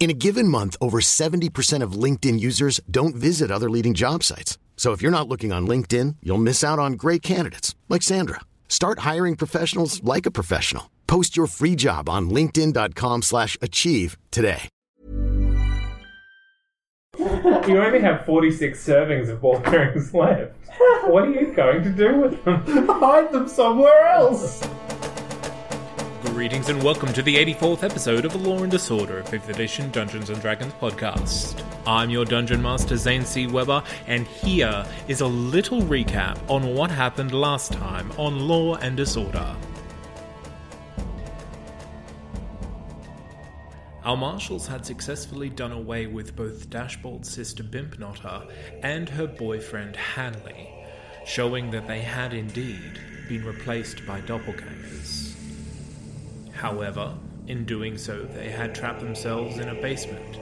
In a given month, over 70% of LinkedIn users don't visit other leading job sites. So if you're not looking on LinkedIn, you'll miss out on great candidates like Sandra. Start hiring professionals like a professional. Post your free job on linkedin.com/achieve slash achieve today. You only have 46 servings of ball bearings left. What are you going to do with them? Hide them somewhere else! Greetings and welcome to the 84th episode of Law and Disorder, 5th edition Dungeons and Dragons podcast. I'm your dungeon master Zane C. Weber, and here is a little recap on what happened last time on Law and Disorder. Our marshals had successfully done away with both Dashbold's sister Bimpnotter and her boyfriend Hanley, showing that they had indeed been replaced by doppelgangers. However, in doing so, they had trapped themselves in a basement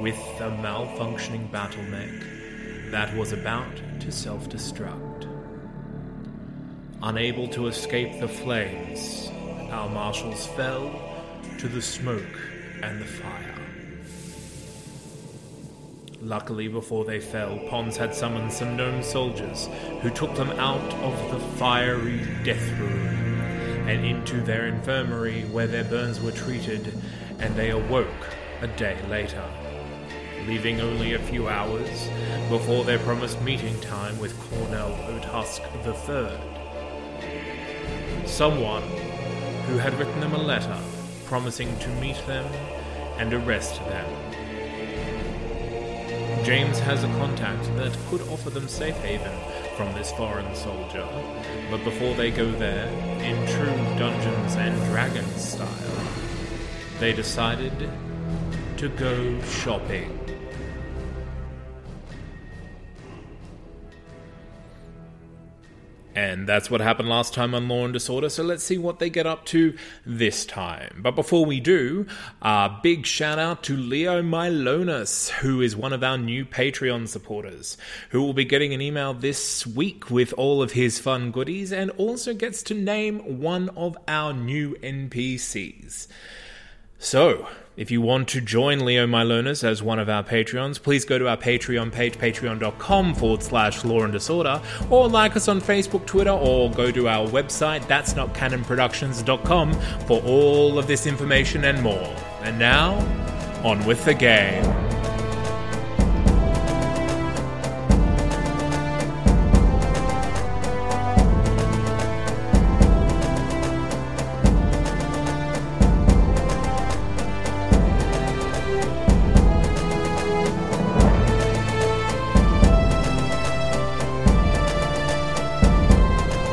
with a malfunctioning battle mech that was about to self destruct. Unable to escape the flames, our marshals fell to the smoke and the fire. Luckily, before they fell, Pons had summoned some gnome soldiers who took them out of the fiery death room and into their infirmary where their burns were treated, and they awoke a day later, leaving only a few hours before their promised meeting time with Cornell Otusk III. Someone who had written them a letter promising to meet them and arrest them. James has a contact that could offer them safe haven from this foreign soldier, but before they go there, in true Dungeons and Dragons style, they decided to go shopping. And that's what happened last time on Law and Disorder, so let's see what they get up to this time. But before we do, a big shout out to Leo Milonas, who is one of our new Patreon supporters, who will be getting an email this week with all of his fun goodies and also gets to name one of our new NPCs. So, if you want to join Leo Milonas as one of our Patreons, please go to our Patreon page, patreon.com forward slash law and disorder, or like us on Facebook, Twitter, or go to our website, that's not canonproductions.com, for all of this information and more. And now, on with the game.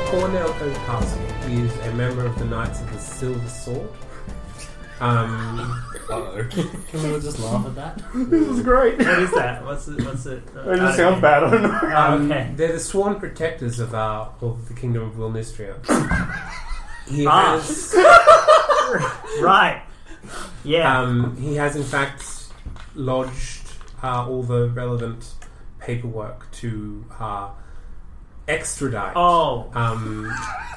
Cornell Oakhurst is a member of the Knights of the Silver Sword. Um, Can we all just laugh at that? this is great. What is that? What's it? What's it? Uh, It just sounds bad. I don't know. Um, Oh, okay. They're the sworn protectors of our of the Kingdom of Wilnistria. he Ah. has, Right. Yeah. um, he has in fact lodged uh, all the relevant paperwork to uh, extradite. oh. Um,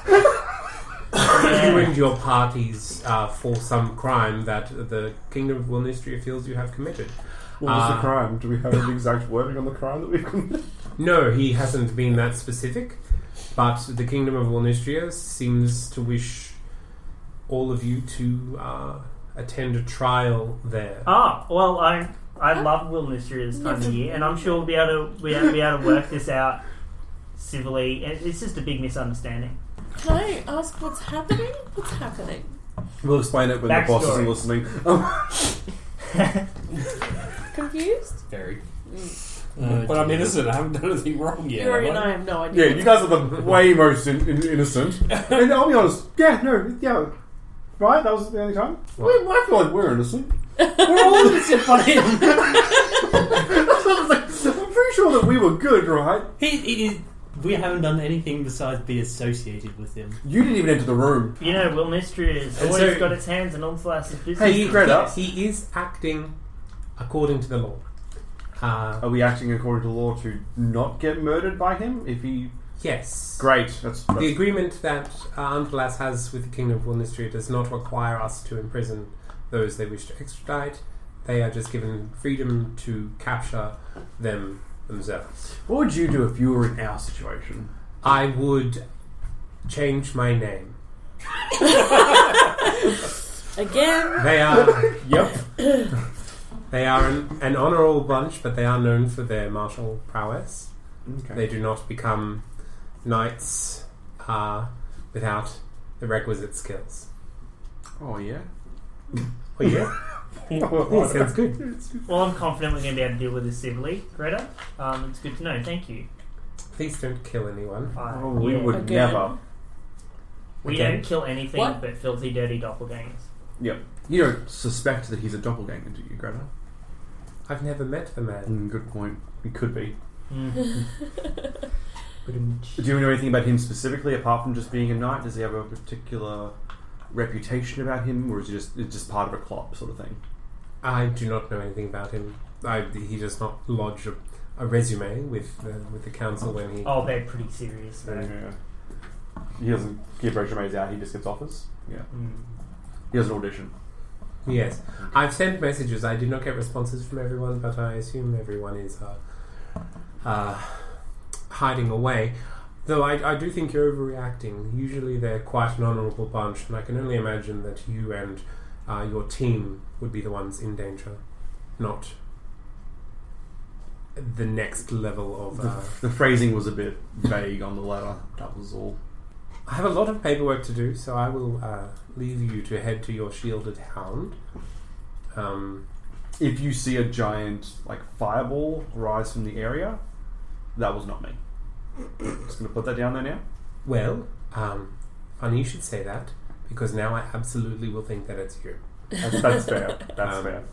you yeah. and your parties uh, for some crime that the Kingdom of Wilnistria feels you have committed. What was Uh, the crime? Do we have an exact wording on the crime that we've committed? No, he hasn't been that specific, but the Kingdom of Wilnistria seems to wish all of you to uh, attend a trial there. Ah. Well, I I love wilderness during this time of year, and I'm sure we'll be able to we'll be able to work this out civilly. It- It's just a big misunderstanding. Can I ask what's happening? What's happening? We'll explain it when the boss Backstory. isn't listening. Um, Confused? Very. but I'm innocent. I haven't done anything wrong yet. Yuri have and I? I have no yeah, idea. you guys are the way most in, in, innocent. And I'll be honest. Yeah, no, yeah, right. That was the only time. We, I feel like we're innocent. We're all innocent, buddy. I'm pretty sure that we were good, right? He, he is, we haven't done anything besides be associated with him. You didn't even enter the room. You know, Will Mystery has And always so- got its hands on all Thalass's business. He, straight up. he, he is acting according to the law. Uh, Are we acting according to law to not get murdered by him if he? yes. Great. That's, that's The agreement that uh, Antalas has with the Kingdom of Wilnistria does not require us to imprison those they wish to extradite. They are just given freedom to capture them themselves. What would you do if you were in our situation? I would change my name. Again, They are Yep. they are an, an honourable bunch, but they are known for their martial prowess. They do not become knights uh, without the requisite skills. Oh yeah. Oh yeah, sounds good. Well, I'm confident we're going to be able to deal with this civilly, Greta. Um, it's good to know. Thank you. Please don't kill anyone. I- Oh, we yeah. would Again. never. We Okay. don't kill anything What? but filthy, dirty doppelgangers. Yep. You don't suspect that he's a doppelganger, do you, Greta? I've never met the man. Mm, good point. He could be. Ba-dum-tsh. Do we know anything about him specifically, apart from just being a knight? Does he have a particular reputation about him, or is he just it's just part of a plot sort of thing? I do not know anything about him. I, he does not lodge a, a resume with the, with the council when he. Oh, they're pretty serious. Though. He doesn't give resumes out. He just gets offers. Yeah. Mm. He doesn't audition. Yes, I've sent messages. I did not get responses from everyone, but I assume everyone is uh, uh, hiding away. Though I, I do think you're overreacting. Usually they're quite an honourable bunch, and I can only imagine that you and uh, your team would be the ones in danger, not the next level of. Uh, The phrasing was a bit vague on the letter. That was all. I have a lot of paperwork to do, so I will uh, leave you to head to your shielded hound. Um, if you see a giant like fireball rise from the area, that was not me. Just gonna put that down there now. well, um, funny you should say that, because now I absolutely will think that it's you. That's, that's fair. That's Um, fair.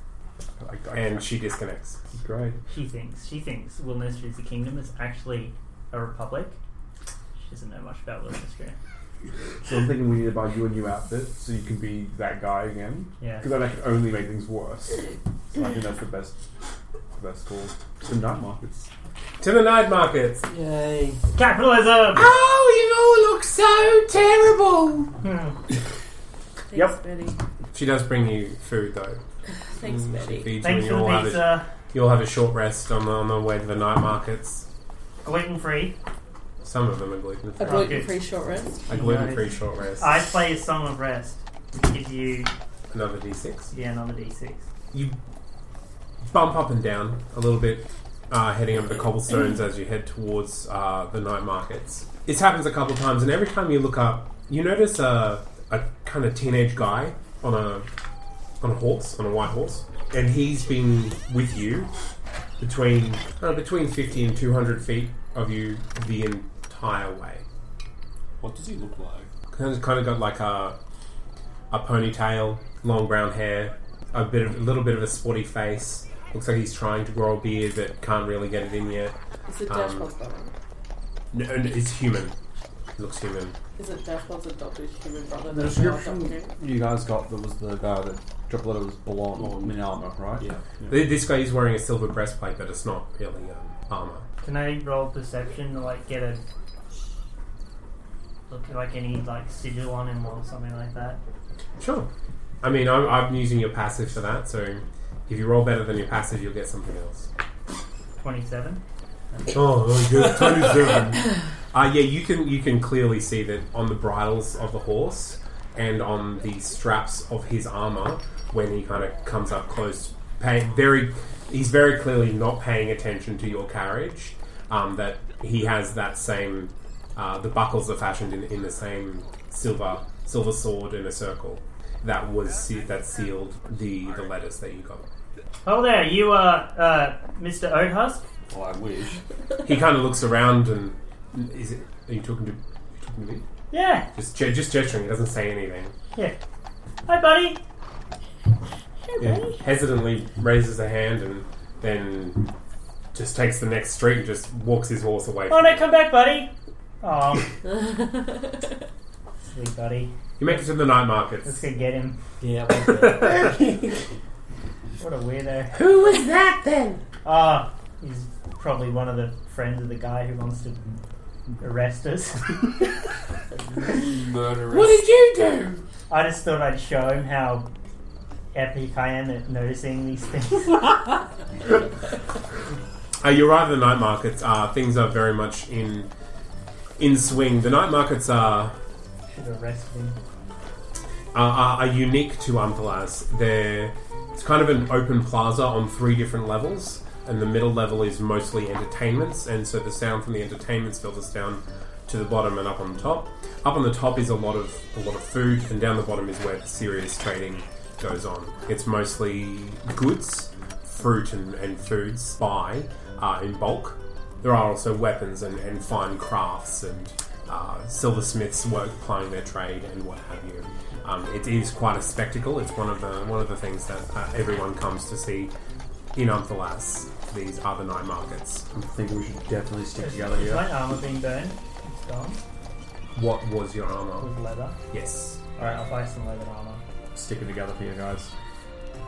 I, I, And she disconnects. great. She thinks she thinks Wilnestree is the kingdom is actually a republic. She doesn't know much about Wilnestree. So I'm thinking we need to buy you a new outfit so you can be that guy again. Yeah. Because then I can only make things worse. So I think that's the best, the best call. Some night markets. To the night markets! Yay. Capitalism. Oh, you all look so terrible! thanks, Yep. Betty. She does bring you food, though. Mm, Thanks, She Betty. feeds Thanks you, for and you'll the have, a, pizza. you'll have a short rest on the, on the way to the night markets. Gluten free. Oh, Some of them are gluten A free. gluten free short rest. A gluten free short rest. I play a song of rest, which gives you Another d6. yeah another d6. you bump up and down a little bit, uh, heading over the cobblestones as you head towards uh, the night markets. This happens a couple of times, and every time you look up, you notice a, a kind of teenage guy on a on a horse, on a white horse, and he's been with you between uh, between fifty and two hundred feet of you the entire way. What does he look like? Kind of, kind of got like a a ponytail, long brown hair, a bit of a little bit of a sporty face. Looks like he's trying to grow a beard but can't really get it in yet. Is it Dashball's brother? No, no, it's human. Looks human. Is it Dashball's adopted human brother? The that's now description adopted him? you guys got that was the guy that Tripletta was blonde Blonde. in armor, right? Yeah. yeah. Th- This guy is wearing a silver breastplate, but it's not really um, armor. Can I roll perception to like get a look at like any like sigil on him or something like that? Sure. I mean, I'm, I'm using your passive for that, so if you roll better than your passive, you'll get something else. Twenty-seven. Oh, oh good. Twenty-seven. uh, yeah, you can you can clearly see that on the bridles of the horse and on the straps of his armor when he kind of comes up close. Pay, very, he's very clearly not paying attention to your carriage. Um, that he has that same. Uh, the buckles are fashioned in, in the same silver silver sword in a circle. That was se- that sealed the the letters that you got. Oh there, you are uh, Mr. Oathusk. Well, I wish. He kind of looks around and is it? Are you talking to? Are you talking to me? Yeah, Just, ge- just gesturing. He doesn't say anything. yeah. Hi, buddy. yeah, hesitantly raises a hand and then just takes the next street and just walks his horse away. Oh no, come back, buddy. Oh, sweet buddy. You make it to the night Let's markets. go get him. Yeah. okay. What a weirdo. Who was that then? Ah, he's probably one of the friends of the guy who wants to arrest us. Murderous. What did you do? I just thought I'd show him how epic I am at noticing these things. Uh, you arrive at the night markets. Uh, things are very much in in swing. The night markets are Should arrest him. are, are, are unique to Amphalas. They're it's kind of an open plaza on three different levels, and the middle level is mostly entertainments, and so the sound from the entertainments filters down to the bottom and up on the top. Up on the top is a lot of a lot of food, and down the bottom is where the serious trading goes on. It's mostly goods, fruit, and, and foods buy uh, in bulk. There are also weapons and, and fine crafts and uh, silversmiths work plying their trade and what have you. Um, it is quite a spectacle. It's one of the one of the things that uh, everyone comes to see in Umphalas. These are the night markets. I think we should definitely stick Is together is here. my armor being burned? It's gone. What was your armor? With leather. Yes. Alright, I'll buy some leather armor. Sticking together for you guys.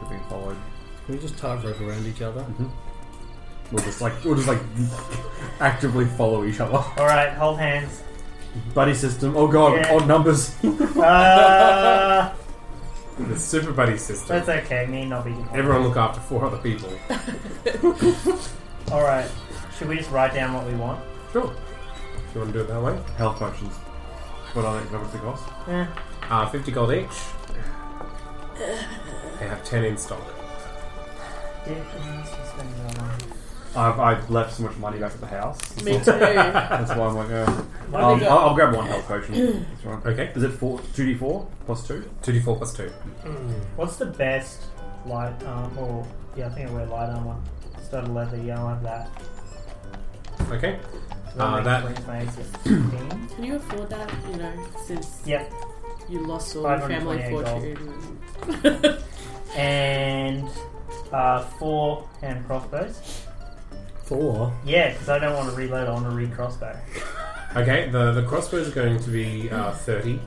We're being followed. Can we just tie rope around each other? Mm-hmm. We'll just like we'll just like actively follow each other. Alright, hold hands. Buddy system. Oh god, Yeah. odd numbers. Uh, The super buddy system. that's okay, me and Nobby can hold Everyone look after four other people. Alright, should we just write down what we want? Sure. If you want to do it that way. Health potions. What are they? What's the cost? Eh. Uh, 50 gold each. They have 10 in stock. Yeah, I'm just spending it on armor. I've, I've left so much money back at the house. Me too. That's why I'm like, uh, Why um, don't I'll, I'll grab one health potion. That's right. Okay. Is it four two d four plus two? 2d4 plus 2. What's the best light armor? Or, yeah, I think I wear light armor. Instead of leather, yeah, I like that. Okay. That Uh, makes that- brings my exit 15. Can you afford that? You know, since Yep. you lost all your family 528 fortune. And uh, four hand crossbows. Four. Yeah, because I don't want to reload, I want to re crossbow. Okay, the, the crossbows are going to be uh, 30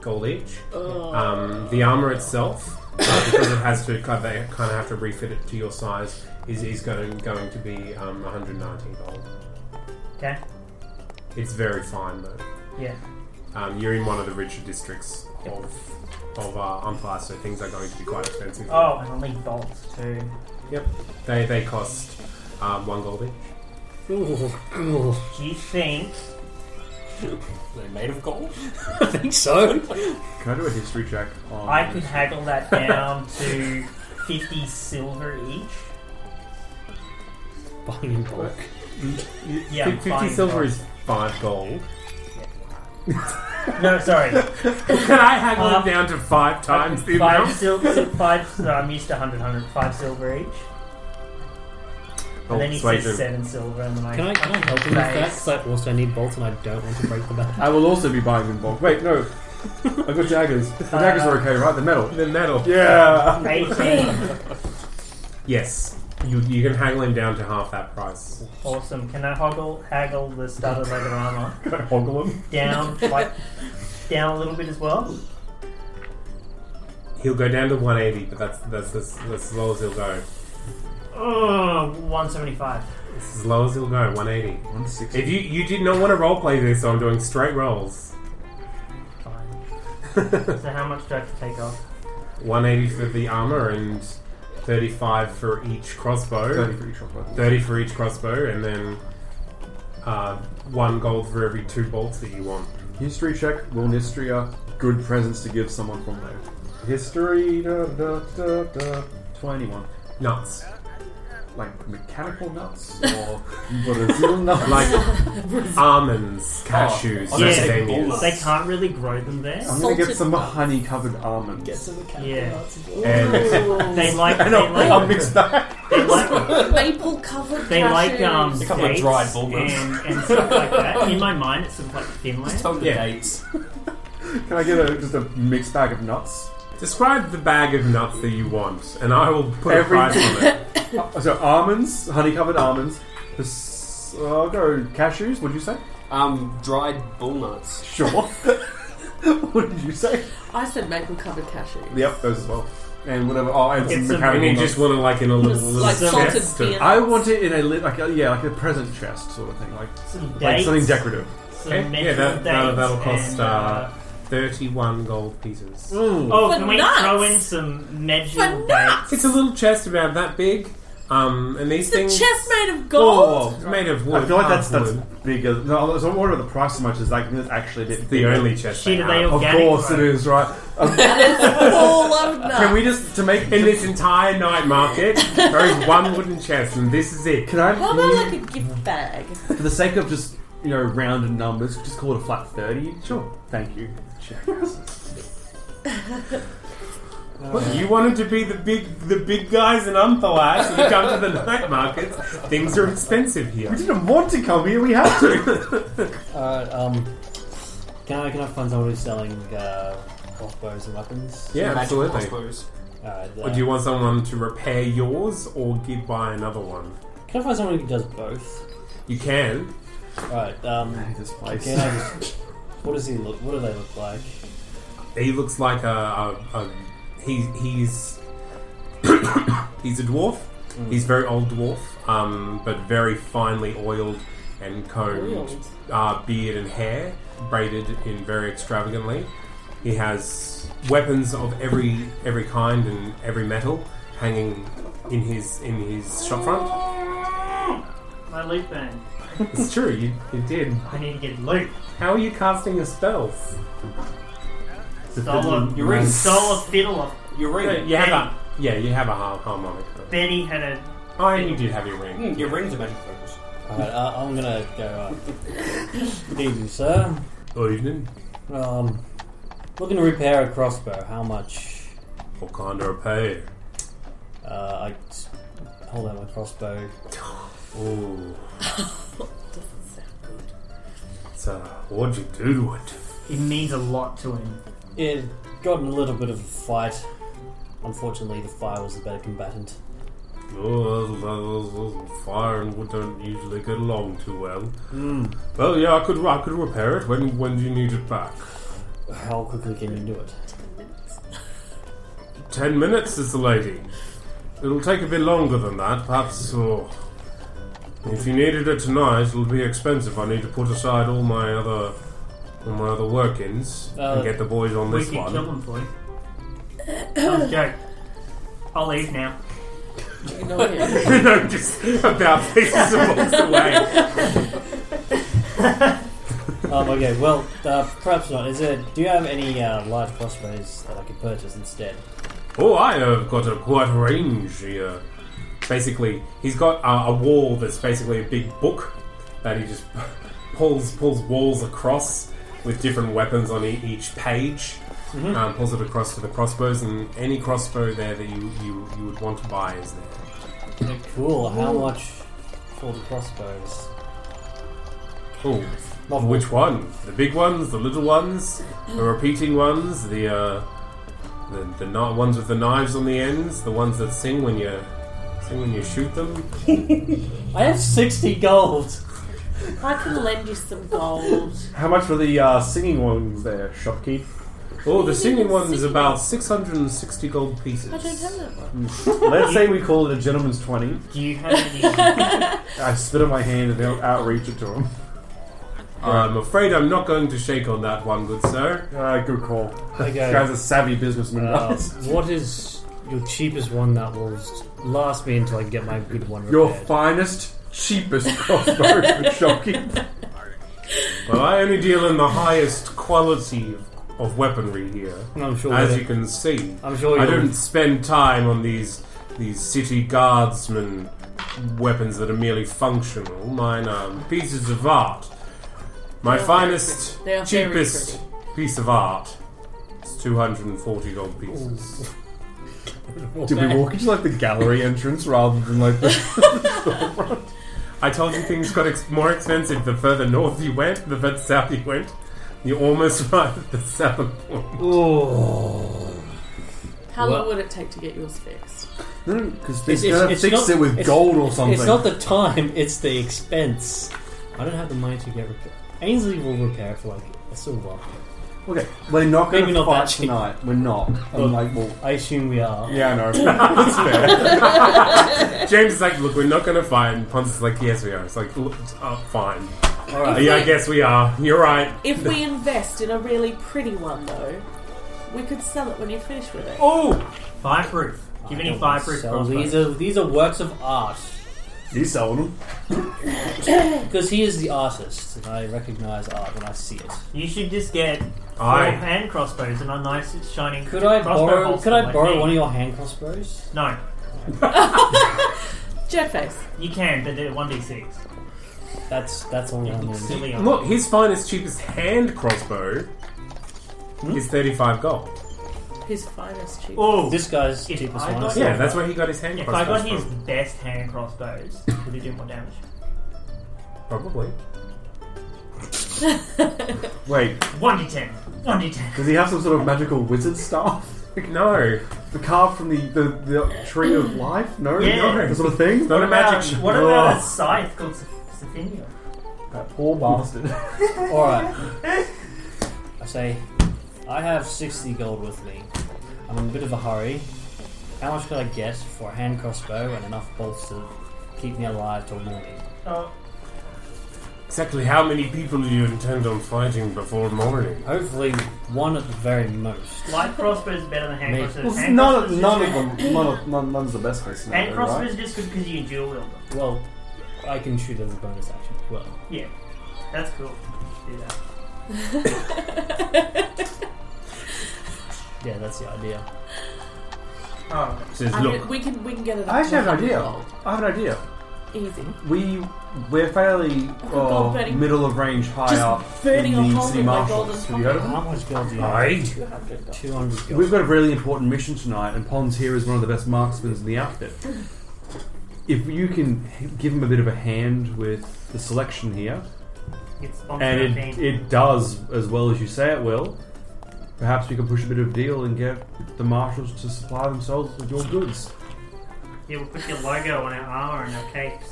gold each. Oh. Um, the armor itself, uh, because it has to, kind of- they kind of have to refit it to your size, is, is going, going to be um, 119 gold. Okay? It's very fine though. Yeah. Um, you're in one of the richer districts of of uh, Umpire, so things are going to be quite expensive. Oh, and I'll need bolts too. Yep. They they cost um, one gold each. Ooh, ooh. Do you think They're made of gold? I think so. Can I do a history check? On I could haggle that down to 50 silver each? Buying in bulk. Yeah, Fif- I'm Fifty fine, silver sorry. is five gold. No, sorry. Can I haggle Uh, it down to five times the Five amount? silver. Five. No, I'm used to 100, 100. Five silver each. Oh, And then he persuasion. says seven silver, and then I Can I, can I help him with that? Because I also need bolts and I don't want to break the back. I will also be buying in bulk. Wait, no. I've got daggers. The daggers are okay, right? The metal. the metal. Yeah. Eighteen. Yes. You, you can haggle him down to half that price. awesome. Can I hoggle haggle the studded leather armor Hoggle them. down like down a little bit as well? He'll go down to 180, but that's that's that's, that's as low as he'll go. Oh, 175. That's as low as he'll go. 180. One sixty. If you you did not want to roleplay this, so I'm doing straight rolls. Fine. so how much do I have to take off? 180 for the armor and 35 for each crossbow. Thirty for each shot. 30 for each crossbow, and then uh, one gold for every two bolts that you want. History check. Will Nistria good presents to give someone from there? History. Da, da, da, da. Twenty-one. Nuts. Like mechanical nuts or Brazil nuts? Like almonds, cashews, I was gonna sesame. say walnuts. They can't really grow them there. I'm gonna get Salted some nuts. honey-covered almonds. Get some cat Yeah. And They like they No, a like mixed bag. they like, maple covered. they like um A couple of dates dried walnuts. and, and stuff like that. In my mind, it's sort of like Finland. Tell the Yeah. dates. Can I get a, just a mixed bag of nuts? Describe the bag of nuts that you want, and I will put Every- a price on it. So almonds, honey covered almonds. Pis- I'll go cashews. Would you say? Um, dried bull nuts. Sure. what did you say? um, I said maple covered cashew. Yep, those as well. And whatever. Oh, and It's some a- And mechanical you nuts. just want to like in a little, Just little like salted chest beer. of- I want it in a lit, like a, yeah, like a present chest sort of thing, like Some dates. like something decorative. Some Okay, yeah, mental that, that'll, dates that'll cost and, uh, thirty-one gold pieces. Oh, For can we nuts. throw in some medjool For dates? nuts. It's a little chest about that big, um, and these It's a things. chest made of Oh, gold. it's made of wood. I feel like that's hard that's wood. bigger. No, I was wondering about the price so much as like that's actually a bit the bigger. only chest. Shit, they are they have. Of Organic course it growth. is right. Um, Full of nuts. can we just to make in this entire night market, there is one wooden chest, and this is it. Can I? How about like Mm. a gift bag? for the sake of just you know rounded numbers, just call it a flat thirty. Sure. Thank you. You wanted to be the big, the big guys in Umthalash, and you come to the night markets. Things are expensive here. We didn't want to come here. We had to. Alright, um. Can I, can I find someone who's selling uh, crossbows and weapons? Yeah, Magic absolutely. crossbows. Alright, Or uh, do you want someone to repair yours, or give buy another one? Can I find someone who does both? You can. Alright, um. this place. Can I just. What does he look What do they look like? He looks like a, a, a he, he's he's a dwarf. He's very old dwarf, um, but very finely oiled and combed, Oiled. uh, beard and hair braided in very extravagantly. He has weapons of every every kind and every metal hanging in his in his shop front. My loot burned. It's true, you, you did. I need to get loot. How are you casting your spells? Stole a, You're right. stole a fiddle off. Your ring. You have a yeah, you have a har- harmonica. Benny had a. Oh, and you did have your ring. Mm, your rings are magic focus. Alright, uh, I'm gonna go. Uh, good evening, sir. Good evening. Um. Looking to repair a crossbow. How much? What kind of repair? Uh, I s- hold out my crossbow. Ooh. So, uh, what'd you do to it? It means a lot to him. It got in a little bit of a fight. Unfortunately, the fire was the better combatant. Oh, fire and wood don't usually get along too well. Hmm. Well, yeah, I could, I could repair it. When, when do you need it back? How quickly can you do it? Ten minutes, is the lady. It'll take a bit longer than that, perhaps. Oh. If you needed it tonight, it'll be expensive. I need to put aside all my other, all my other workings Uh, and get the boys on We this could one. kill him for you. That was a joke. I'll leave now. You know him. no, just about faces of balls away. Um, okay, well, uh, perhaps not. Is there? Do you have any uh, large crossbows that I could purchase instead? Oh, I have got a quite range here. Basically, he's got uh, a wall that's basically a big book that he just pulls pulls walls across with different weapons on e- each page. Um, pulls it across to the crossbows, and any crossbow there that you, you, you would want to buy is there. Cool. How much for the crossbows? Oh, Not which one? The big ones, the little ones, the repeating ones, the uh, the the kni- ones with the knives on the ends, the ones that sing when you sing when you shoot them. I have sixty gold. I can lend you some gold. How much for the uh, singing ones there, shopkeep? Oh, the singing one is about six hundred and sixty gold pieces. I don't have that one. Let's say we call it a gentleman's twenty. Do you have any? I spit in my hand and out- outreach it to him. I'm afraid I'm not going to shake on that one, good sir. Uh, good call. Okay. Guy's a savvy businessman. Uh, what is your cheapest one that will s- last me until I can get my good one repaired? Your finest, cheapest crossbow, shopkeep. Well, I only deal in the highest quality of, of weaponry here, I'm sure. as that- you can see. I'm sure. I you'll- don't spend time on these these city guardsmen weapons that are merely functional. Mine are pieces of art. My They are finest, very pretty. They are very cheapest piece of art is 240 gold pieces. Did we walk into like the gallery entrance rather than like the? I told you things got ex- more expensive the further north you went, the further south you went. You're almost right at the southern point. Oh. How Well- long would it take to get yours fixed? because they're going to fix it with it's- gold or something. It's not the time; it's the expense. I don't have the money to get repair. Ainsley will repair it for like a silver. Okay, we're not going Maybe to not fight that cheap. tonight. We're not. Well, I'm like, well, I assume we are. yeah, no, It's fair. James is like, look, we're not going to fight. And Ponce is like, yes, we are. It's like, "Look, oh, fine. Alright. Yeah, I guess we are. You're right. If we invest in a really pretty one, though, we could sell it when you're finished with it. Oh! Fireproof. Do you have I any don't fireproof sell crossbows? these are these are works of art he's selling them. because he is the artist, and I recognize art when I see it. You should just get four Aye. hand crossbows and a nice shining Could I crossbow borrow? holster Could I like borrow me. one of your hand crossbows? No, Jetface. you can, but they're 1d6. That's that's all I'm doing. Silly Look, his finest, cheapest hand crossbow Hmm? is 35 gold. His finest cheap. Oh, This guy's If cheapest I one. got- isn't Yeah, it? that's where he got his hand if I crossbow. got his from. best hand crossbows, would it do more damage? Probably. Wait, 1d10. 1d10. does he have some sort of magical wizard staff? No. The carved from the, the, the tree of life? No, Yeah. no, that sort of thing. Not a magic. About- sh- What Ugh. about a scythe called Saphinia? That poor bastard. All right. I say, I have sixty gold with me. I'm in a bit of a hurry. How much could I get for a hand crossbow and enough bolts to keep me alive till morning? Oh, Oh. Exactly how many people do you intend on fighting before morning? Hopefully, one at the very most. light crossbows are better than hand Me. crossbows. Well, Hand crossbows none, is none just- of them. None of, none, none's the best case Hand scenario, crossbows right? are just good because you can dual wield them. Well, I can shoot as a bonus action. as Well, Yeah, that's cool. Do that. yeah, that's the idea. Oh, Says, I mean, look, we can we can get it. Up I to actually have an 100 idea. Gold. I have an idea. Easy. We we're fairly God, uh, Bernie. middle of range, high Just up burning in a the hole city in my marshals. Have golden you heard of them? How much gold do you have? I. Two hundred gold. Two hundred gold. We've got a really important mission tonight, and Pons here is one of the best marksmen in the outfit. If you can h- give him a bit of a hand with the selection here, it's on and it, 13. it does as well as you say it will, perhaps we can push a bit of a deal and get the marshals to supply themselves with your goods. Yeah, we'll put your logo on our armor and our capes.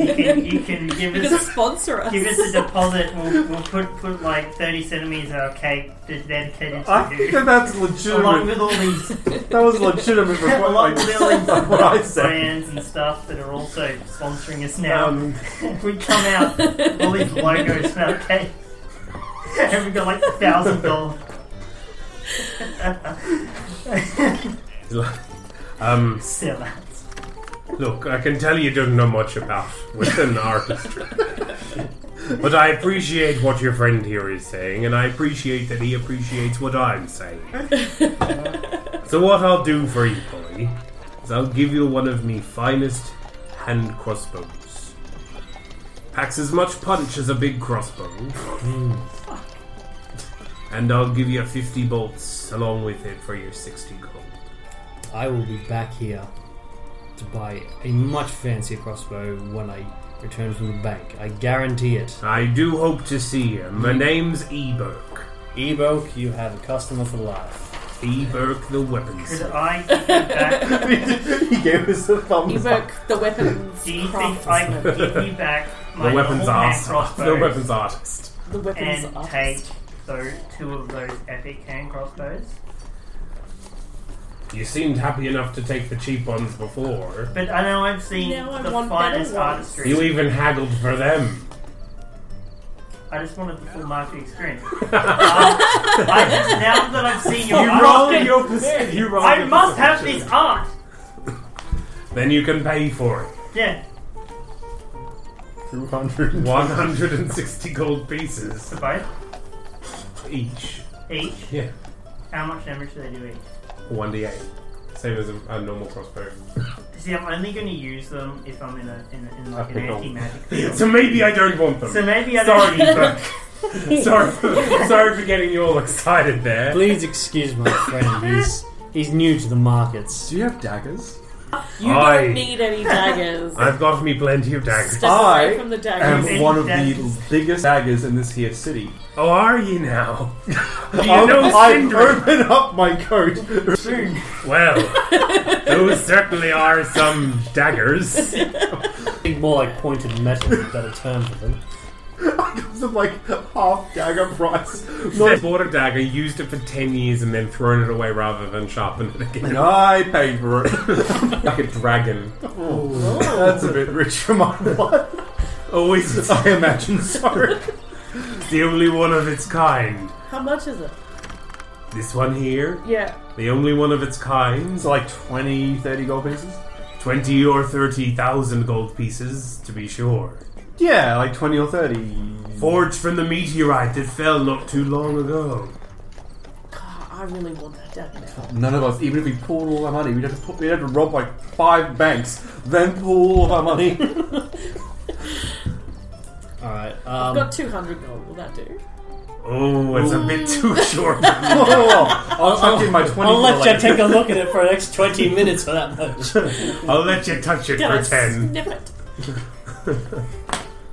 you, can, you can give You're gonna us sponsor us. give us a deposit. We'll, we'll put put like thirty centimeters of our cape that's dedicated to I think you. that that's Along legitimate. with all these That was legitimate for what, along like, with all these what I said. Um, brands and stuff that are also sponsoring us now. we come out with all these logos on our cape. And we got like a thousand dollars. um, Sellouts. look, I can tell you don't know much about Western artistry. but I appreciate what your friend here is saying, and I appreciate that he appreciates what I'm saying. so what I'll do for you, boy, is I'll give you one of me finest hand crossbows. Packs as much punch as a big crossbow. And I'll give you 50 bolts along with it for your 60 gold. I will be back here to buy a much fancier crossbow when I return from the bank. I guarantee it. I do hope to see you. My name's Hmm. Eberk. Eboke, you have a customer for life. Eberk the weapons. Could I give you back? he gave us a thumbs up. Evoke the weapons. Do you think I craftsman. can give you back my The weapons normal hand artist. crossbow The weapons artist. the and weapons take artist. those two of those epic hand crossbows? You seemed happy enough to take the cheap ones before. But I know I've seen Now I the want finest better ones. artistry. You even haggled for them. I just wanted the full market experience. Um, I just, now that I've seen your You art, roll your perce- you roll I your must have perception. this art. Then you can pay for it. Yeah, 200. 160 gold pieces for both each. each. Yeah. How much damage do they do each? 1d8. Same as a, a normal crossbow. See, I'm only going to use them if I'm in a in, a, in like I an think I'll- anti-magic field. So maybe I don't want them. So maybe I sorry, don't need them. Eberk. sorry, for- sorry for getting you all excited there. Please excuse my friend. He's he's new to the markets. Do you have daggers? You I- don't need any daggers. I've got me plenty of daggers. Step away from the daggers. am one of Daggers. the biggest daggers in this here city. Oh, are you now? Do you I'll- know I Sindri? open up my coat. Well, those certainly are some daggers. Think more like pointed metal is a better term for them. Some like half dagger price. I bought a dagger, used it for 10 years, and then thrown it away rather than sharpen it again. And I paid for it. Like a dragon. That's a bit rich for my blood. Always I imagine so. the only one of its kind. How much is it? This one here, Yeah. the only one of its kind. It's like 20, 30 gold pieces. 20 or 30,000 gold pieces, to be sure. Yeah, like 20 or 30. Forged from the meteorite that fell not too long ago. God, I really want that dagger now. Um, None of us, even if we pooled all our money, we'd have to, put, we'd have to rob like five banks, then pool all of our money. Alright, I've um, got 200 gold. Will that do? Oh, it's a bit too short. I'll chuck in my 20 I'll for, let like, you take a look at it for the next 20 minutes for that much. I'll let you touch it Can I for 10. sniff it?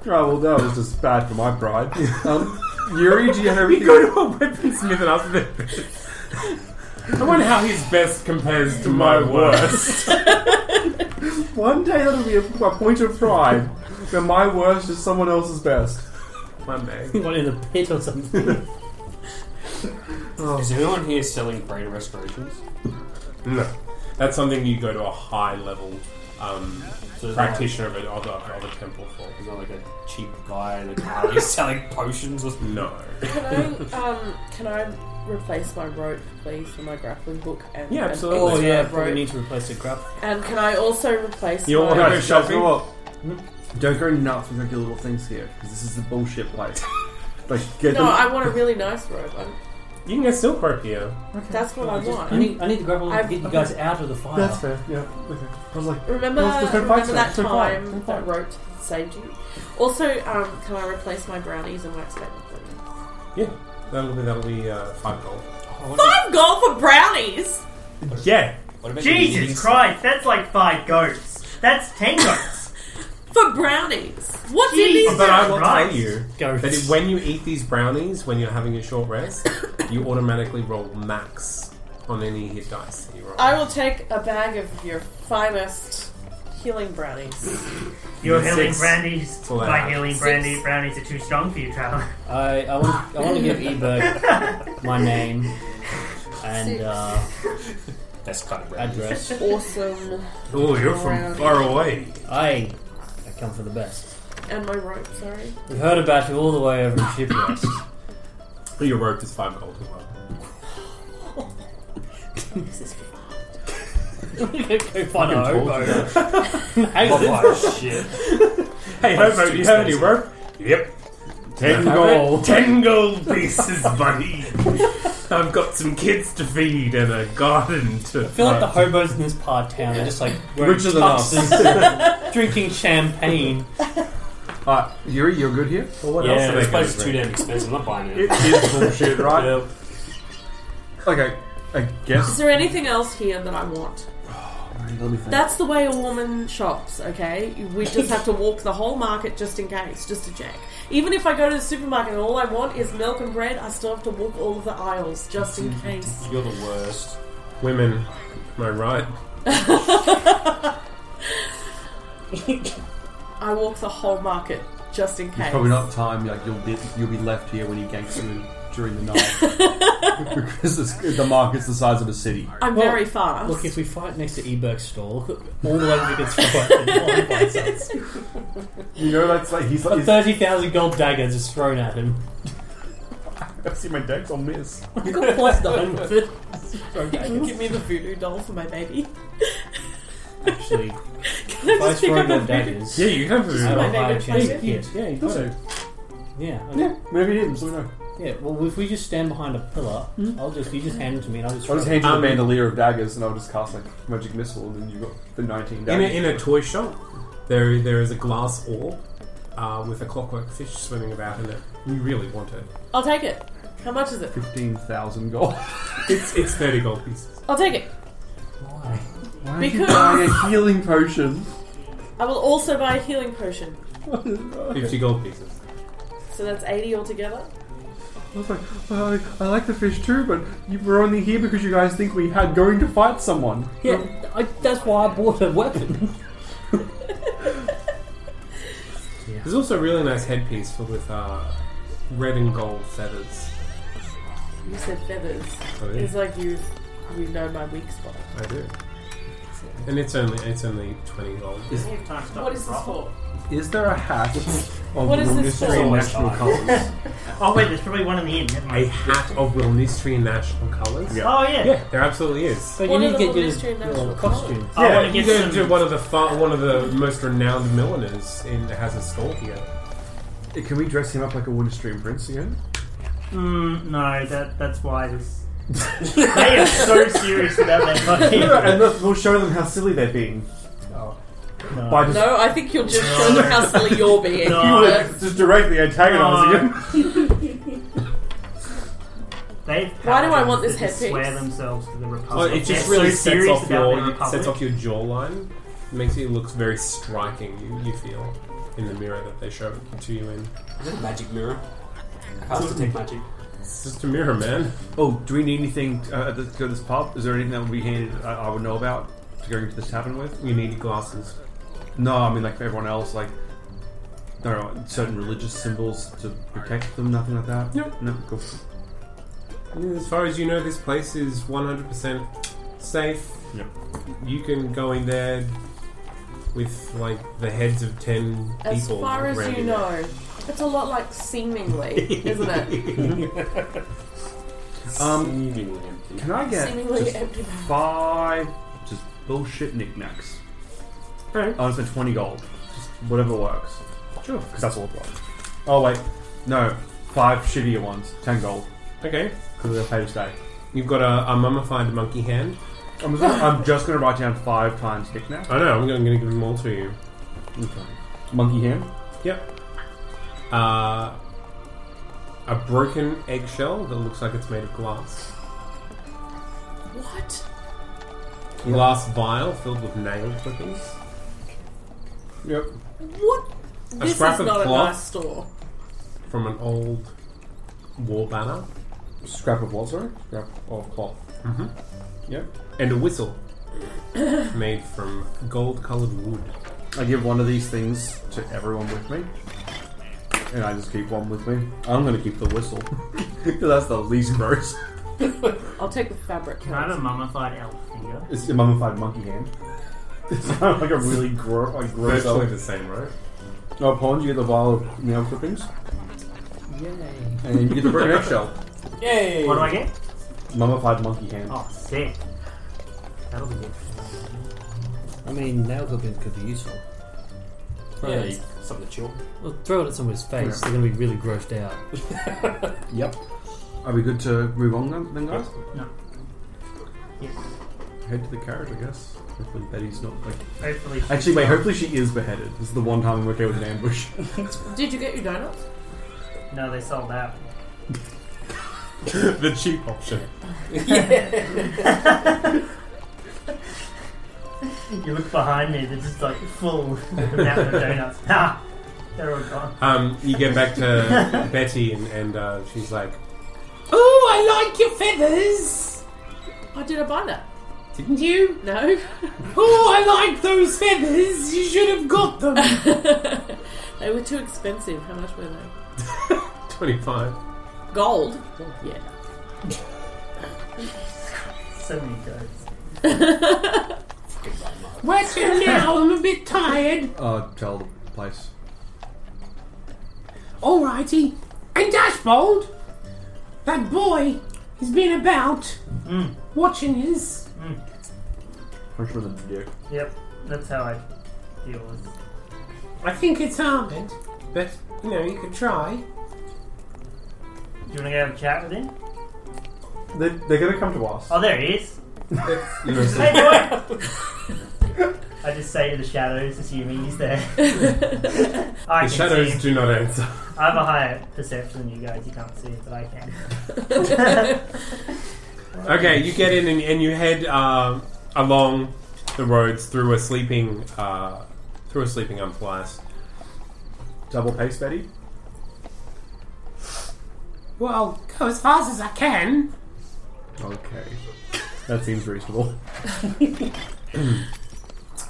Right, well, that was just bad for my pride. Um, Yuri, do you have We anything? go to a weaponsmith and ask them. I wonder how his best compares to my worst. One day that'll be a, a point of pride. Where my worst is someone else's best. One day. what, in the pit or something? Oh. Is anyone here selling greater restorations? No. That's something you go to a high level um, So there's not like, practitioner of a, of, a, of a temple for. there's not like a cheap guy in a car who's selling potions or something. No. Can I, um, can I replace my rope, please, for my grappling hook? And, Yeah, and absolutely. pick oh, my yeah, rope? probably need to replace the crap. And can I also replace You my... wanna- Guys, guys, shopping? you know what? Hmm? Don't go nuts with regular little things here, because this is the bullshit place. Like, get No, them- I want a really nice robe. i You can get silk rope here. that's what I want. I need, I need to grab a little I've- to get you guys out of the fire. That's fair. Yeah. Okay. I was like, Remember, Let's just go fight remember some. that Go fight. time Go fight. that rope saved you? Also, um, can I replace my brownies and wax paper, please? Yeah. That'll be, that'll be uh, five gold. Five gold for brownies! Yeah. What about your meeting Jesus Christ, that's like five goats. That's ten goats. For brownies! What's in Jesus. these? But I will Right. tell you Go. that if- when you eat these brownies, when you're having a short rest, you automatically roll max on any hit dice that you roll. I will take a bag of your finest healing brownies. Your healing Six. brandies, all I have. my healing Six. brandy brownies are too strong for you, Traveler. I, I, want, I want to give Eberg my name and uh, list? That's kind of rad. address. Awesome. Oh, you're from far away. I, I come for the best. And my rope, sorry. We heard about you all the way over in Shipwest. Your rope is five gold as well. Go find a hobo. Hey, oh, shit. Hey, Hobo, do you have any rope? Yep. Ten gold. Ten gold pieces, buddy. I've got some kids to feed and a garden to. I feel like the hobos in this part of town are just like wearing Richer than us. tuxes, drinking champagne. Alright, Yuri, you're good here? Well, what Yeah, else this do they place is too damn expensive. I'm not buying it. It is bullshit, right? Yep. Okay, I guess. Is there anything else here that I want? Let me think. That's the way a woman shops, okay? We just have to walk the whole market just in case, just to check. Even if I go to the supermarket and all I want is milk and bread, I still have to walk all of the aisles just in Mm-hmm. case. You're the worst. Women, am I right? I walk the whole market just in It's case. probably not time. Like you'll be you'll be left here when you gangs you during the night because this, the market's the size of a city. I'm Well, very fast. Look, if we fight next to Eberg's stall, all the way we can throw it by ourselves. You know, that's like he's A like thirty thousand gold dagger just thrown at him. I see my decks on miss. What's done with it? Throw daggers. Give me the voodoo doll for my baby. Actually, Can I if I just pick throw up a more voodoo daggers, Yeah, you have I a have my a higher baby chance play of hit. Yeah, you also Yeah, okay. yeah. Whenever you need them, so we know. yeah. Well, if we just stand behind a pillar, I'll just you just hand it to me and I'll just. I'll just throw hand you Um, the bandolier of daggers, and I'll just cast like magic missile, and then you've got the nineteen in a, daggers. in a toy shop. There, there is a glass orb uh, with a clockwork fish swimming about in it. You really want it? I'll take it. How much is it? Fifteen thousand gold. It's it's thirty gold pieces. I'll take it. it. Why? Why Because- buying a healing potion. I will also buy a healing potion. 50 gold pieces. So that's 80 altogether. I was like, well, I, I like the fish too, but you were only here because you guys think we had going to fight someone. Yeah, I, that's why I bought a weapon. There's also a really nice headpiece filled with uh, red and gold feathers. You said feathers. Oh, yeah. It's like you you know my weak spot. I do. And it's only it's only twenty gold. Is- What is this for? Is there a hat of What is this for? Wilnistrian national colours? Oh wait, there's probably one in the inn. Never a mind. hat of Wilnistry national colours? Yeah. Oh yeah. Yeah, there absolutely is. So you What need are to the get your, your Wilnistrian national costume. I yeah, want to you get go to some. one of the fa- one of the most renowned milliners in has a stall here. Can we dress him up like a Wilnistrian prince again? Mm, no, that that's why this. they are so serious about that fucking. and look, we'll show them how silly they're being. No. By just, No, I think you'll just show them how silly you're being. No. Uh, That's- just directly antagonising him. They've Why do I paladins want this that just headpiece? Swear themselves to the Oh, Republic. it just They're really so sets serious off about the your it Republic. sets off your jawline. It makes you look very striking. You, you feel in the mirror that they show it to you in. Is it a magic mirror? I cast detect magic. It's just a mirror, man. Oh, do we need anything uh, to go to this pub? Is there anything that would be handed I, I would know about to go into this tavern with? You need glasses. No, I mean like for everyone else, like there are certain religious symbols to protect them, nothing like that. Nope. No, cool. As far as you know, this place is 100% safe. Yep. You can go in there with like the heads of 10 As people. far as around you know, it's a lot like seemingly, isn't it? Um, Seemingly empty. can I get Seemingly just empty. five just bullshit knickknacks? I want to spend twenty gold, just whatever works. Sure, because that's all it works. Oh wait, no, five shittier ones, ten gold Okay. because they're paid today. You've got a, a mummified monkey hand. I'm just, I'm just gonna write down five times knickknack. I know, I'm going to give them all to you. Okay. Monkey hand. Yep. Uh, a broken eggshell that looks like it's made of glass. What? Glass vial filled with nail clippings. Yep. What? This is scrap not of a cloth. nice store. From an old war banner. Scrap of what? Sorry, scrap of cloth. Mm-hmm. Yep. And a whistle made from gold coloured wood. I give one of these things to everyone with me, and I just keep one with me. I'm gonna keep the whistle because that's the least gross. I'll take the fabric. Can I have a mummified elf finger? It's a mummified monkey hand. It's not like a Oh, really gro- like gross. Virtually Out. the same, right? No, Pond, you get the vial of nail clippings, Yay. and you get the broken eggshell. Yay! What do I get? Mummified monkey hand. Oh, sick. That'll be good. I mean, nail clippings could be useful. Throw a- something to chill. Well, throw it at someone's face, they're going to be really grossed out. Yep. Are we good to move on then, then guys? No. Yes. Head to the carriage, I guess. Hopefully, Betty's not like. Hopefully. Actually, wait. Hopefully, she is beheaded. This is the one time I'm okay with an ambush. Did you get your donuts? No, they sold out. the cheap option. You look behind me, they're just like full of donuts. Ha! They're all gone. Um, you get back to Betty, and, and uh, she's like, Oh, I like your feathers! Oh, did I buy that? Didn't you? No. Oh, I like those feathers! You should have got them! they were too expensive. How much were they? 25. Gold? Yeah. So many goats. Where's your now? I'm a bit tired. Uh, tell the place. Alrighty. And Dashbold, that boy, he's been about Mm. watching his. Punch her in the dick. Yep, that's how I deal with it. I think it's Ahmed, but you know, you could try. Do you want to go have a chat with him? They, they're gonna come to us. Oh, there he is. You know, so- Hey, boy! I just say to the shadows, assuming he's there. I The can see shadows him. do not answer. I have a higher perception than you guys. You can't see it, but I can. Okay, you get in and, and you head um, uh, along the roads through a sleeping uh, through a sleeping unflies. Double pace, Betty. Well, I'll go as fast as I can. Okay, that seems reasonable.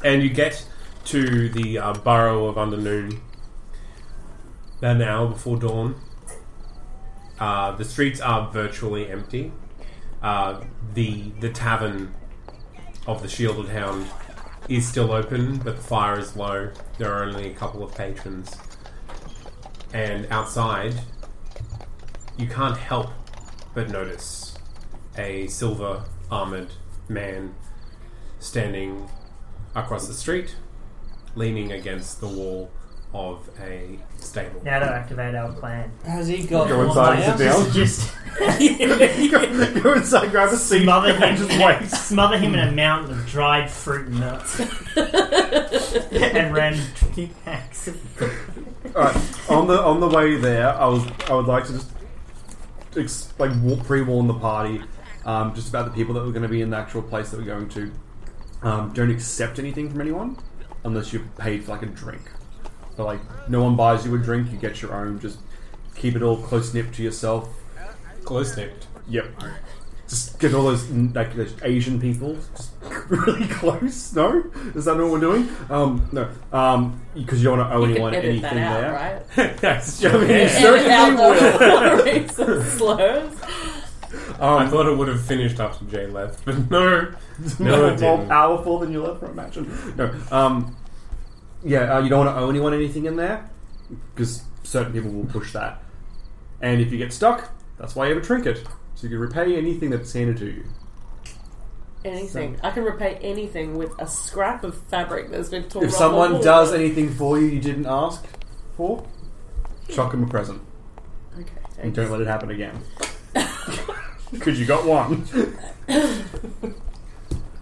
and you get to the uh, burrow of Undernoon about an hour before dawn. Uh, the streets are virtually empty. Uh, the the tavern of the Shielded Hound is still open, but the fire is low. There are only a couple of patrons, and outside, you can't help but notice a silver armored man standing across the street, leaning against the wall of a stable. Now to activate our plan. Has he got Go inside and sit down. Just go, go inside, grab a seat, smother him, and just wait. smother him in a mountain of dried fruit and nuts, and random tricky hacks. All right. On the on the way there, I was I would like to just ex- like pre warn the party, um, just about the people that were going to be in the actual place that we're going to. Um, don't accept anything from anyone unless you've paid for like a drink. But like, no one buys you a drink. You get your own. Just keep it all close knit to yourself. Close nipped. Yep. Just get all those mm, like those Asian people just really close. No, is that what we're doing? Um, no, um, because you don't want to owe You anyone can edit anything that out, there. right? That's I mean, you Edit certainly out will. the racist slurs. Um, I thought it would have finished after Jay left, but no, no, it more didn't. powerful than you'll ever imagine. No, um, yeah, uh, you don't want to owe anyone anything in there because certain people will push that. And if you get stuck, that's why you have a trinket, so you can repay anything that's handed to you. Anything. I can repay anything with a scrap of fabric that's been torn If off my someone wall. does anything for you you didn't ask for, chuck them a present Okay. and don't let it happen again. Because you got one.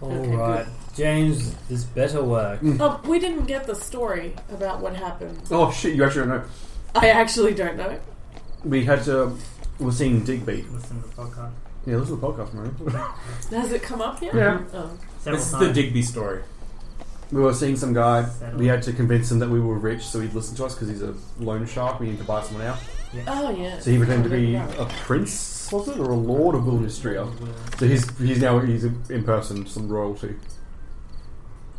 Alright. James, this better work. Oh, we didn't get the story about what happened. Oh shit! You actually don't know. I actually don't know. We had to. We're seeing Digby. Listen to the podcast Yeah, listen to the podcast, man. Has it come up yet? Yeah. Oh. several This is the times. Digby story. We were seeing some guy. Settle. We had to convince him that we were rich, so he'd listen to us because he's a loan shark. We need to buy someone out. Oh yeah. So he pretended to be Yeah. a prince, was it, or a lord of Wildernistria? So he's he's now he's in person some royalty.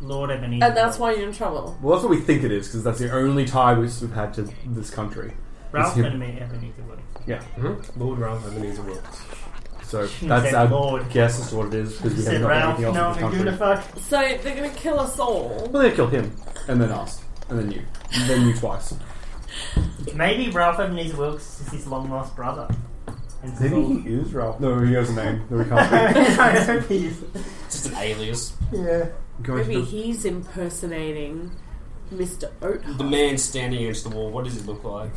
Lord Ebenezer. And that's why you're in trouble. Well, that's what we think it is because that's the only tie we've we've had to this country. Ralph's him. going to meet Ebenezer Willis. Yeah. Mm-hmm. Lord Ralph Ebenezer Wilkes. So He that's said our lord. guess as to what it is because we Said haven't got Ralph, anything else no, in this I'm country. gonna fuck. So they're gonna kill us all. Well, they killed him, and then us, and then you, and then you twice. Maybe Ralph Ebenezer Wilkes is his long lost brother. And this is all- is Ralph. No, he has a name. No, we can't. I hope he is. Just an alias. Yeah. Going to Maybe the- he's impersonating Mr. Oat. The man standing against the wall, what does he look like?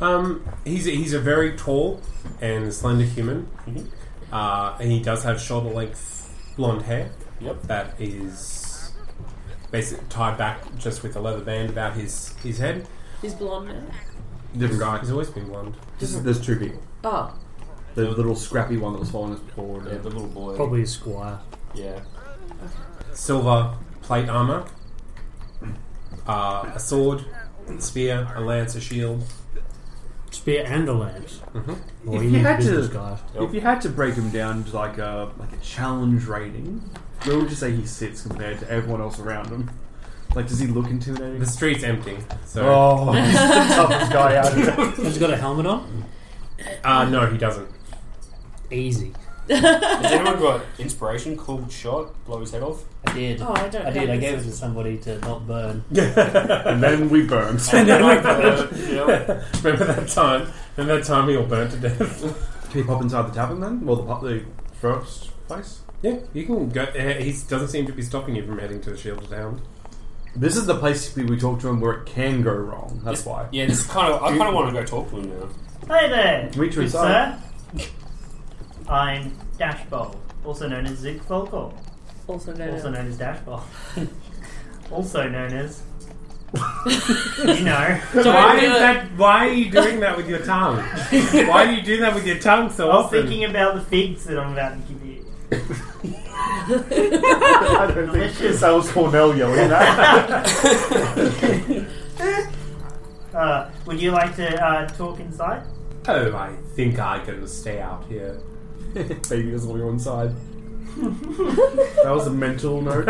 Um, he's a, he's a very tall and slender human. Mm-hmm. Uh, and he does have shoulder length blonde hair Yep. that is basically tied back just with a leather band about his, his head. He's blonde now. different guy. He's always been blonde. Just, there's two people. Oh, The little scrappy one that was following us before. Yeah, the little boy. Probably a squire. Yeah. silver plate armor, uh, a sword, spear, a lance, a shield. Spear and a lance. Mm-hmm. Or If you you had had to- business guy. If you had to break him down to like a like a challenge rating, where would you say he sits compared to everyone else around him? Like, does he look intimidating? The street's empty, so Oh, he's the toughest guy out here. Has he got a helmet on? uh, no, he doesn't. Easy. Has anyone got inspiration? Cool shot, blow his head off. I did. oh, I don't. I did. know I this. gave it to somebody to not burn. And then we burned. yeah. Remember that time? Remember that time we all burnt to death? Can he pop inside the tavern then? Well, the, pub- the first place. yeah, you can go. Uh, he doesn't seem to be stopping you from heading to the Shielded Hound. This is the place we talk to him where it can go wrong. That's why. Yeah, this is kind of. I kind of want to go talk to him now. Hey there, Reach good inside. sir. I'm Dashbowl, also known as Zig Volkov, Also known also as known as Dashbowl, also known as. you know, Why, do is it. that, why are you doing that with your tongue? why do you do that with your tongue so I was often? thinking about the figs that I'm about to give you. I don't think Sales Cornell yelling that. Uh, would you like to uh, talk inside? Oh, I think I can stay out here. Baby doesn't want to go inside. That was a mental note.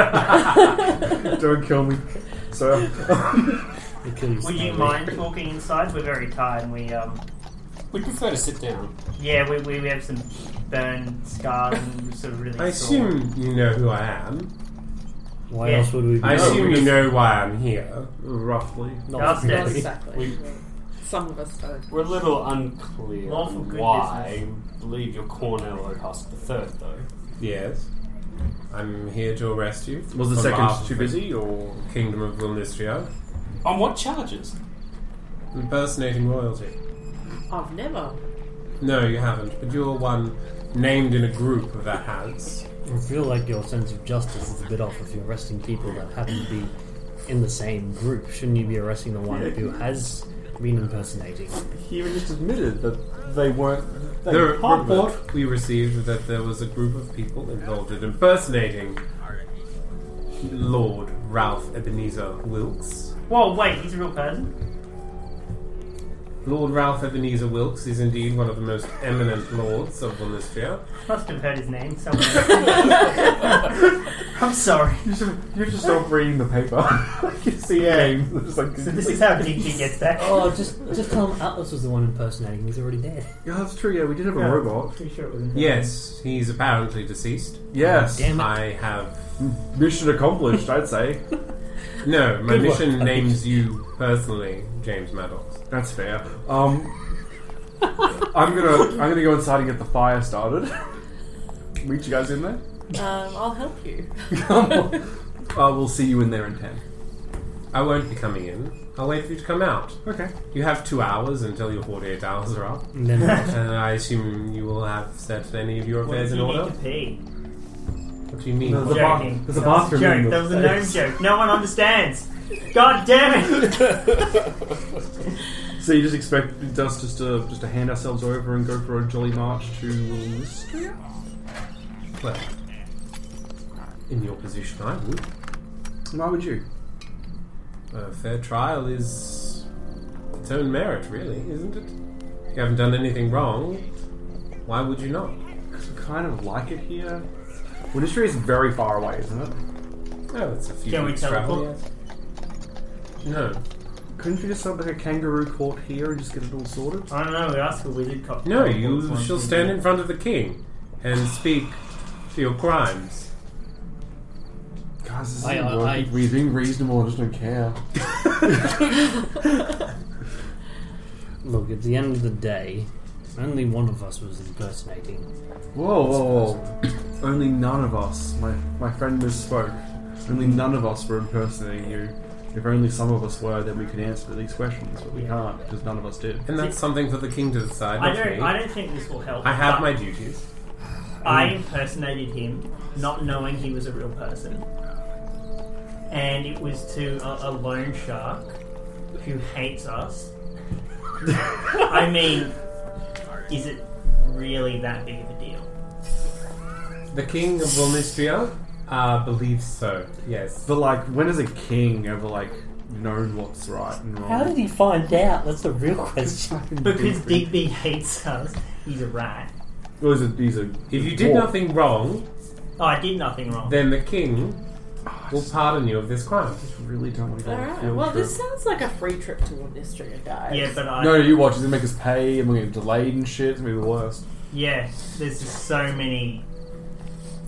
don't kill me, sir. Would you mind talking inside? We're very tired and we, um, We prefer to sit down. yeah, we, we have some burn scars and we're sort of really I sore. assume you know who I am. Why Yeah. else would we be? I No, assume we you just- know why I'm here. Roughly. Downstairs. exactly. Some of us don't. We're a little unclear Lawful on good why. I believe you're Cornell Oakhurst the third, though. Yes. I'm here to arrest you. Was the on behalf second of too the busy, or Kingdom of Wilnistria. On what charges? Impersonating royalty. I've never. No, you haven't, but you're one named in a group that has. I feel like your sense of justice is a bit off if you're arresting people that happen to be in the same group. Shouldn't you be arresting the one who has been impersonating? he even just admitted that they weren't. They The were part of it. report we received that there was a group of people involved in impersonating Lord Ralph Ebenezer Wilkes. Whoa, wait, he's a real person? Lord Ralph Ebenezer Wilkes is indeed one of the most eminent lords of Wilnistria. Must have heard his name somewhere. I'm sorry. You should, you should stop reading the paper. you see yeah. names. It's like, So this is how Dinky gets back. Oh, just just tell him Atlas was the one impersonating. He's already dead. yeah, that's true. Yeah, we did have a Yeah. robot. Pretty sure it was in Yes, he's apparently deceased. Yes. Damn it. I have. Mission accomplished, I'd say. No, my Good work. mission names you personally, James Maddox. That's fair. Um, I'm gonna I'm gonna go inside and get the fire started. Meet you guys in there. Um, I'll help you. Uh, we'll see you in there in ten. I won't be coming in. I'll wait for you to come out. Okay. You have two hours until your 48 hours are up. And then what? And I assume you will have set any of your What affairs did in you need order. to pee? What do you mean? There's a, ba- Joking. there's a That was bathroom. joke. in That was a the- known joke. No one understands. God damn it! So you just expect us just to just to hand ourselves over and go for a jolly march to Wilnistria? Well, in your position, I would. Why would you? A fair trial is its own merit, really, isn't it? If you haven't done anything wrong, why would you not? Because we kind of like it here. Wilnistria is very far away, isn't it? Oh, it's a few Can we weeks travel. teleport? yes. No, Couldn't you just set up like a kangaroo court here and just get it all sorted? I don't know. We asked the wizard cop. no, cop what's you one shall thing. stand in front of the king and speak to your crimes. Guys, this I- isn't I- working. I- We're being reasonable. I just don't care. Look, at the end of the day, only one of us was impersonating. Whoa, whoa, whoa. Only none of us. My my friend misspoke. Only none of us were impersonating you. If only some of us were, then we could answer these questions, but we can't because none of us did. And that's something for the king to decide, I not me. don't. I don't think this will help. I have but my duties. I Mm. impersonated him, not knowing he was a real person, and it was to a, a loan shark who hates us. I mean, is it really that big of a deal? The king of Wilnistria uh, believes so, yes. But like, when has a king ever like known what's right and wrong? How did he find out? That's the real question. Because Digby hates us. He's a rat. Well, he's a, he's a, If you did nothing wrong, Oh, I did nothing wrong. then the king will pardon you of this crime. I really don't want to go. on a Alright, field well, trip. this sounds like a free trip to Windistria, guys. yeah, but I. No, you watch. It's gonna make us pay, and we're gonna get delayed and shit. It's gonna be the worst. Yeah, there's just so many.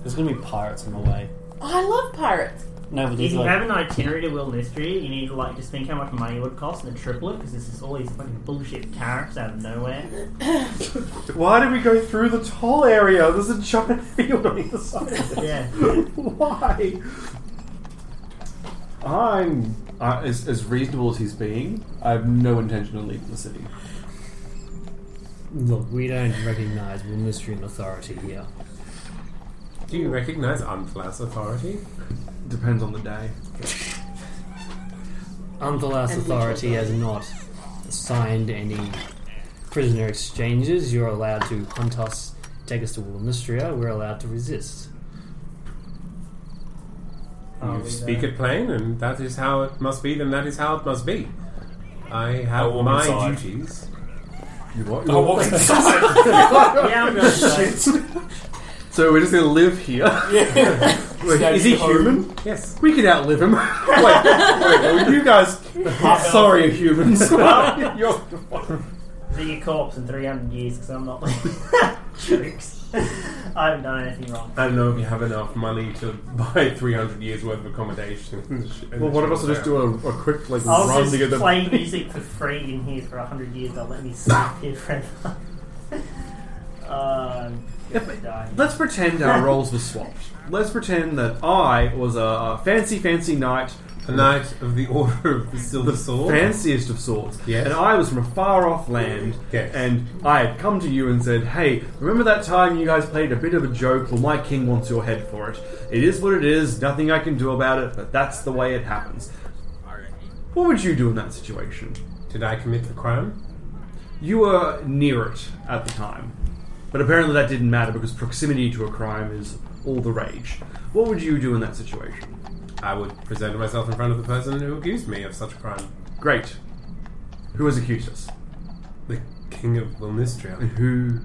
There's gonna be pirates on the way. I love pirates. No, but If there's you like have an itinerary to Will Mystery, you need to like just think how much money it would cost and then triple it because this is all these fucking bullshit tariffs out of nowhere. Why did we go through the toll area? There's a giant field on either side. Yeah. Why? I'm uh, as, as reasonable as he's being. I have no intention of leaving the city. Look, we don't recognise Ministerian authority here. Do you recognize Unflass authority? Depends on the day. Unthalas authority has not signed any prisoner exchanges. You're allowed to hunt us, take us to Wilmistria. We're allowed to resist. I'll You be speak there. it plain, and that is how it must be, then that is how it must be. I have walk my inside. duties. You what? I walk inside. yeah, I'm going to So we're just gonna live here. Wait, is he human? Yes. We can outlive him. wait, wait, well, you guys are sorry, humans. You're- See your corpse in 300 years because I'm not. Jokes. I haven't done anything wrong. I don't know if you have enough money to buy 300 years worth of accommodation. well, one of us will just do a, a quick like I'll run just to get them. play music for free in here for 100 years. They'll let me sleep here forever. uh, I'm gonna die. Let's pretend our roles were swapped. Let's pretend that I was a fancy, fancy knight, A knight of the Order of the Silver Sword. fanciest of sorts, Yes. and I was from a far off land, Yes. and I had come to you and said, "Hey, remember that time you guys played a bit of a joke? Well, my king wants your head for it. It is what it is. Nothing I can do about it, but that's the way it happens." What would you do in that situation? Did I commit the crime? You were near it at the time, but apparently that didn't matter because proximity to a crime is all the rage. What would you do in that situation? I would present myself in front of the person who accused me of such a crime. Great. Who has accused us? The King of Wilnistria. Who?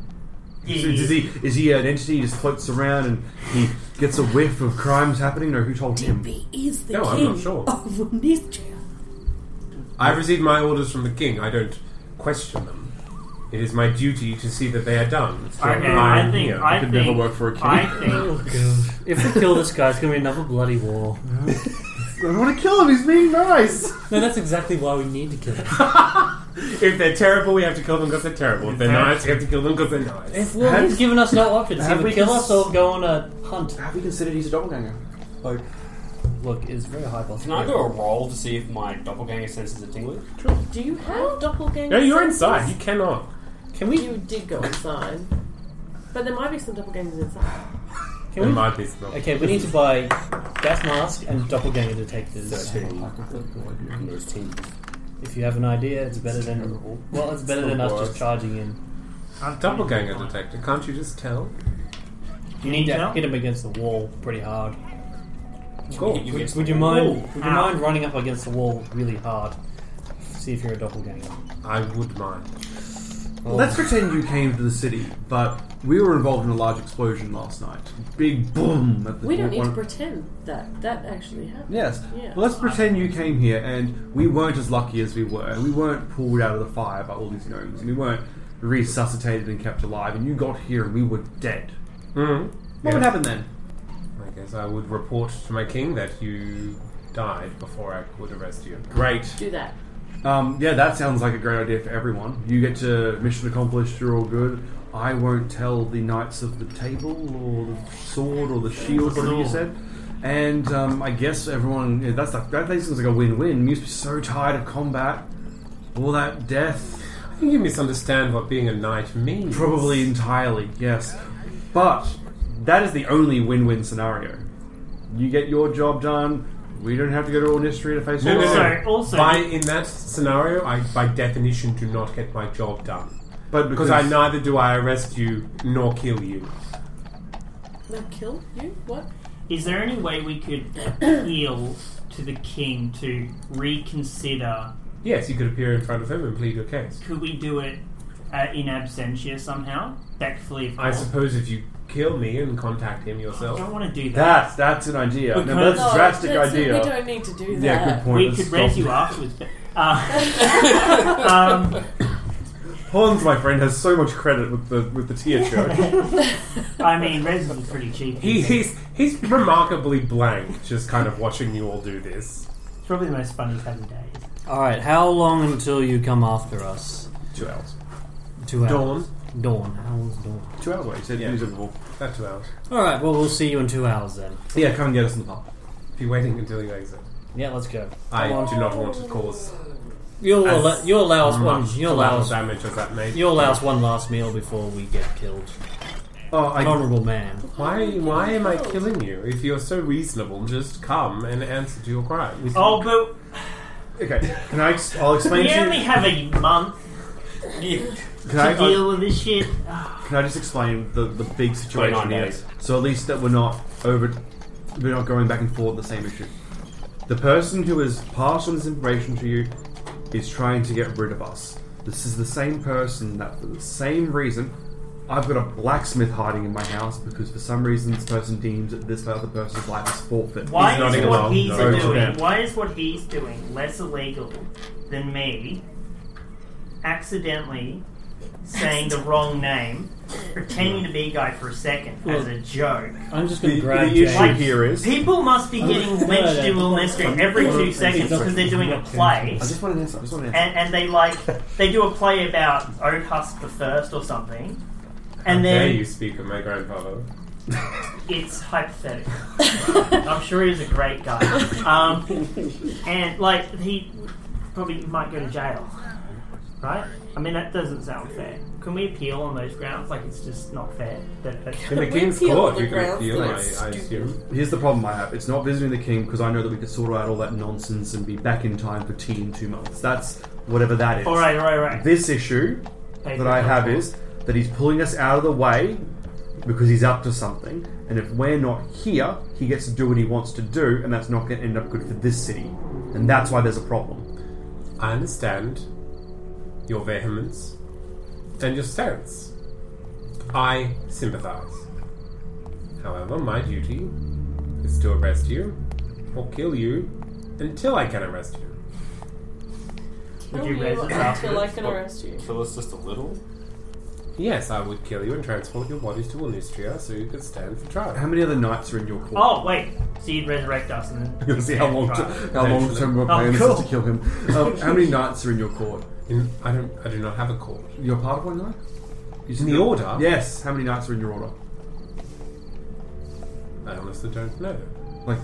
So is he is he an entity who just floats around and he gets a whiff of crimes happening, or who told him? He is the No, I'm king not sure. of Winistria. I received my orders from the King. I don't question them. It is my duty to see that they are done. So Okay, I'm I think here. I could think never work for a king. I think If we kill this guy, it's going to be another bloody war. I want to kill him. He's being nice. No, that's exactly why we need to kill him. If they're terrible, we have to kill them because they're terrible. If they're nice, we have to kill them because they're nice. Well, he's given us no options. have Either we kill cons- us or go on a hunt. Have we considered he's a doppelganger? Like, Look, it's very high possibility. Can I do a roll to see if my doppelganger senses are tingling? Do you have doppelgangers? No, you're inside. You cannot. Can we? You did go inside. But there might be some doppelgangers inside. There might be some. Okay, we need to buy gas mask and doppelganger detectors. Those tingles. If you have an idea, it's better than well, it's better than us just charging in. A doppelganger detector. Can't you just tell? You need to Yeah. hit him against the wall pretty hard. Cool. You get- Would you mind? Would you Ow. mind running up against the wall really hard? See if you're a doppelganger. I would mind. let's pretend you came to the city, but we were involved in a large explosion last night. Big boom. At the We don't need to one- pretend that that actually happened. Yes. Yeah. Well, let's pretend you came here and we weren't as lucky as we were. and We weren't pulled out of the fire by all these gnomes. And we weren't resuscitated and kept alive. And you got here and we were dead. hmm What would Yeah. happen then? I guess I would report to my king that you died before I would arrest you. Great. Do that. Um, yeah, that sounds like a great idea for everyone. You get to mission accomplished, you're all good. I won't tell the knights of the table or the sword or the shield, whatever you said. And um, I guess everyone, yeah, that's like, that seems like a win win. You used to be so tired of combat, all that death. I think you misunderstand what being a knight means. Probably entirely, yes. But that is the only win win scenario. You get your job done, we don't have to go to Ornistry to face No, all no, no. the- Sorry, also- by, in that scenario, I by definition do not get my job done. But Because I neither do I arrest you nor kill you. No, kill you? What? Is there any way we could appeal to the king to reconsider? Yes, you could appear in front of him and plead your case. Could we do it uh, in absentia somehow? Tactfully, of I course. suppose if you kill me and contact him I yourself. don't want to do that. That's that's an idea. Because- No, that's No, a drastic that's it, idea. We don't need to do that. yeah, good point. we Let's could raise stop. you afterwards. But, uh, um, Hans, my friend, has so much credit with the with the tear joke. I mean, resin is pretty cheap. He, he's he's remarkably blank, just kind of watching you all do this. It's probably the most funny seven days. All right. How long until you come after us? two hours. Two hours. Dawn. Dawn. How long's dawn? Two hours. Wait, you said Yeah. use it before. That's two hours. All right. Well, we'll see you in two hours then. Yeah, come and get us in the pub. Be waiting until you exit. Yeah, let's go. I Come on. do not want to cause You'll As allow, you'll allow us one. much You'll allow collateral us. damage as that may. You'll allow us one last meal before we get killed. Oh, I, An honourable man. Why? Why am I killing you? If you're so reasonable, just come and answer to your crime. Oh, but okay. Can I? ex- I'll explain we to only you. have a month Can I? to deal with this shit. can I just explain the, the big situation? Twenty-nine here? days. So at least that we're not over we're not going back and forth on the same issue. The person who has passed on this information to you is trying to get rid of us. This is the same person that, for the same reason, I've got a blacksmith hiding in my house because for some reason this person deems that this other person's life is forfeit. Why is what he's Over to doing? them. Why is what he's doing less illegal than me? Accidentally saying the wrong name, pretending to be a guy for a second as a joke. I'm just going The- to grab the issue James. here is People must be getting no, lynched no. in Wilmester every two seconds Exactly. because they're doing a Yeah. play. I just want to answer. I just want to answer. and, and they like they do a play about Oakhusk the First or something, and Dare then you speak of my grandfather? it's hypothetical. I'm sure he was a great guy, um, and like he probably might go to jail, right? I mean that doesn't sound fair. Can we appeal on those grounds? Like it's just not fair. That, that In the We king's appeal court, the you can grounds appeal, that I, it's I assume. Here's the problem I have. It's not visiting the king because I know that we could sort out all that nonsense and be back in time for tea in two months. That's whatever that is. all right, all right, all right. This issue that I have is that he's pulling us out of the way because he's up to something, and if we're not here, he gets to do what he wants to do, and that's not going to end up good for this city. And that's why there's a problem. I understand your vehemence and your stance. I sympathize. However, my duty is to arrest you or kill you until I can arrest you. Would you raise it until I afterwards? can arrest you. Kill us just a little. Yes, I would kill you and transport your bodies to Illustria so you could stand for trial. How many other knights are in your court? Oh wait, so you'd resurrect us and then You'll see how long, how long term we're Oh, planning cool. this is to kill him. Um, how many knights are in your court? In- I don't. I do not have a court. You're part of one knight? Is in the order? Yes. How many knights are in your order? I honestly don't know. Like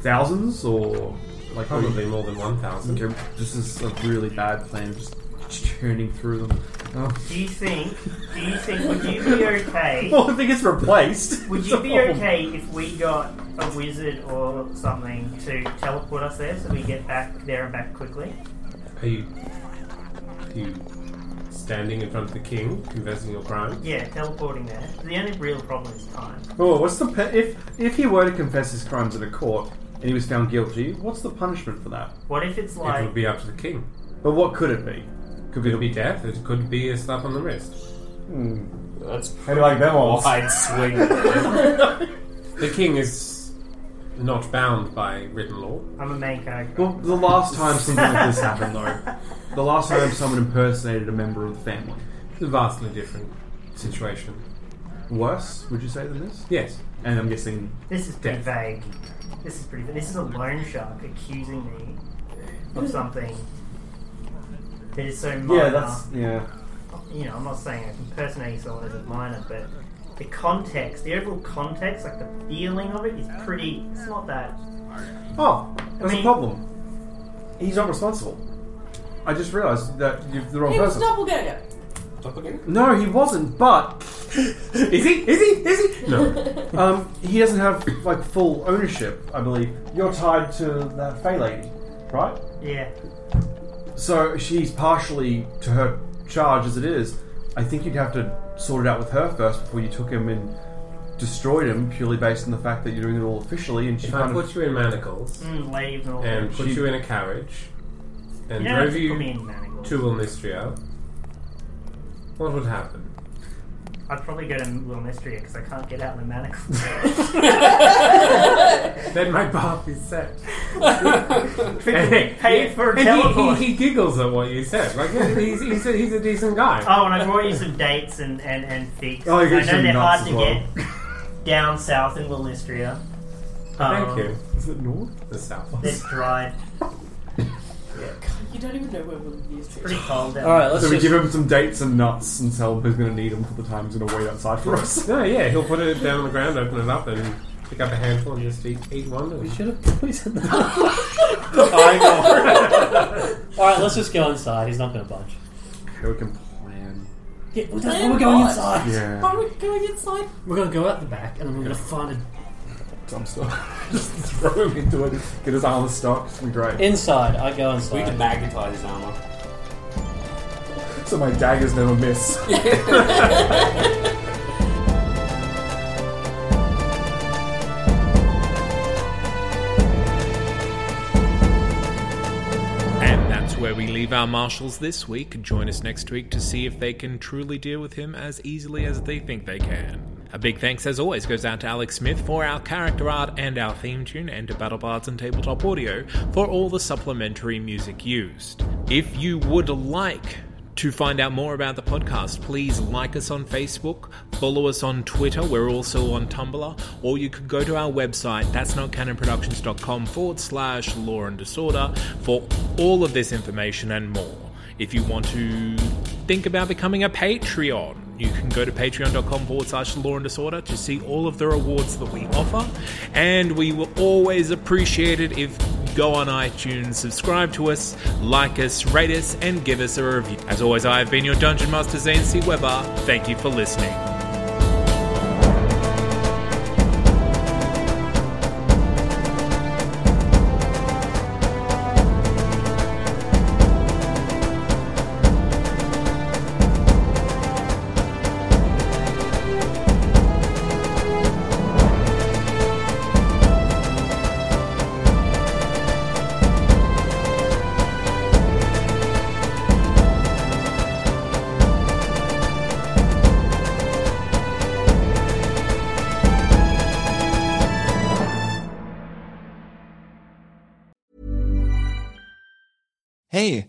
thousands or like Probably more than one thousand. Okay, this is a really bad plan. Just churning through them. Oh. Do you think? Do you think? Would you be okay? Well, I think it's replaced. Would you be okay if we got a wizard or something to teleport us there so we get back there and back quickly? Are you, are you standing in front of the king, confessing your crime? Yeah, teleporting there. The only real problem is time. Oh, what's the pe- if if he were to confess his crimes at a court and he was found guilty? What's the punishment for that? What if it's It like would be up to the king. But what could it be? Could be Could be death. It could be a slap on the wrist. That's How do you like them ones? wide swing. The king is not bound by written law. I'm a main character? Well, the last time something like this happened, though, the last time someone impersonated a member of the family, It's a vastly different situation. worse, would you say than this? Yes. And I'm guessing this is pretty vague. This is pretty. This is a loan shark accusing me of something that is so minor. yeah, that's yeah. you know, I'm not saying I'm impersonating someone as a minor, but the context, the overall context, like the feeling of it, is pretty. It's not that. Oh, that's mean- a problem. He's not responsible. I just realised that you're the wrong He was a person. doppelganger. No, he wasn't. But Is he? Is he? Is he? No. um, he doesn't have like full ownership. I believe you're tied to that Fey lady, right? Yeah. So she's partially to her charge as it is. I think you'd have to sort it out with her first before you took him and destroyed him purely based on the fact that you're doing it all officially. And she if I kind of put you in manacles Mm, Lady of the North. and put She- you in a carriage and you don't have drove to put me you in manacles. to Wilmistria, what would happen? I'd probably go to Little Mystery because I can't get out of the manacles. Then my bath is set. Pay for a And teleport. He, he, he giggles at what you said. Like he's, he's, a, he's a decent guy. oh, and I brought you some dates and, and, and figs. Oh, you got I know some they're nuts hard as to well. get down south in Um, Willistria. Thank you. Is it north? The south. It's dried, You don't even know where Willoughby is. pretty cold down All right, let's so we just, give him some dates and nuts and tell him who's going to need them for the time he's going to wait outside for us. No, yeah, he'll put it down on the ground, open it up, and pick up a handful and just eat, eat one. we And should have poisoned them. I know. All right, let's just go inside. He's not going to budge. Okay, we can plan. Yeah, well, They that's why we're going budge. inside. Why Yeah. are we going inside? We're going to go out the back, and then we're going to find dumpster. Just throw him into it. Get his armor stuck. It's gonna be a great. inside. I go We can inside. magnetize his armor. So my daggers never miss. That's where we leave our marshals this week. Join us next week to see if they can truly deal with him as easily as they think they can. A big thanks, as always, goes out to Alex Smith for our character art and our theme tune, and to Battle Bards and Tabletop Audio for all the supplementary music used. If you would like to find out more about the podcast, please like us on Facebook, follow us on Twitter, we're also on Tumblr, or you could go to our website, that's not canonproductions.com forward slash law and disorder, for all of this information and more. If you want to think about becoming a Patreon, you can go to patreon.com forward slash law and disorder to see all of the rewards that we offer. And we will always appreciate it if you go on iTunes, subscribe to us, like us, rate us, and give us a review. As always, I have been your Dungeon Master Zane C. Weber. Thank you for listening. Hey,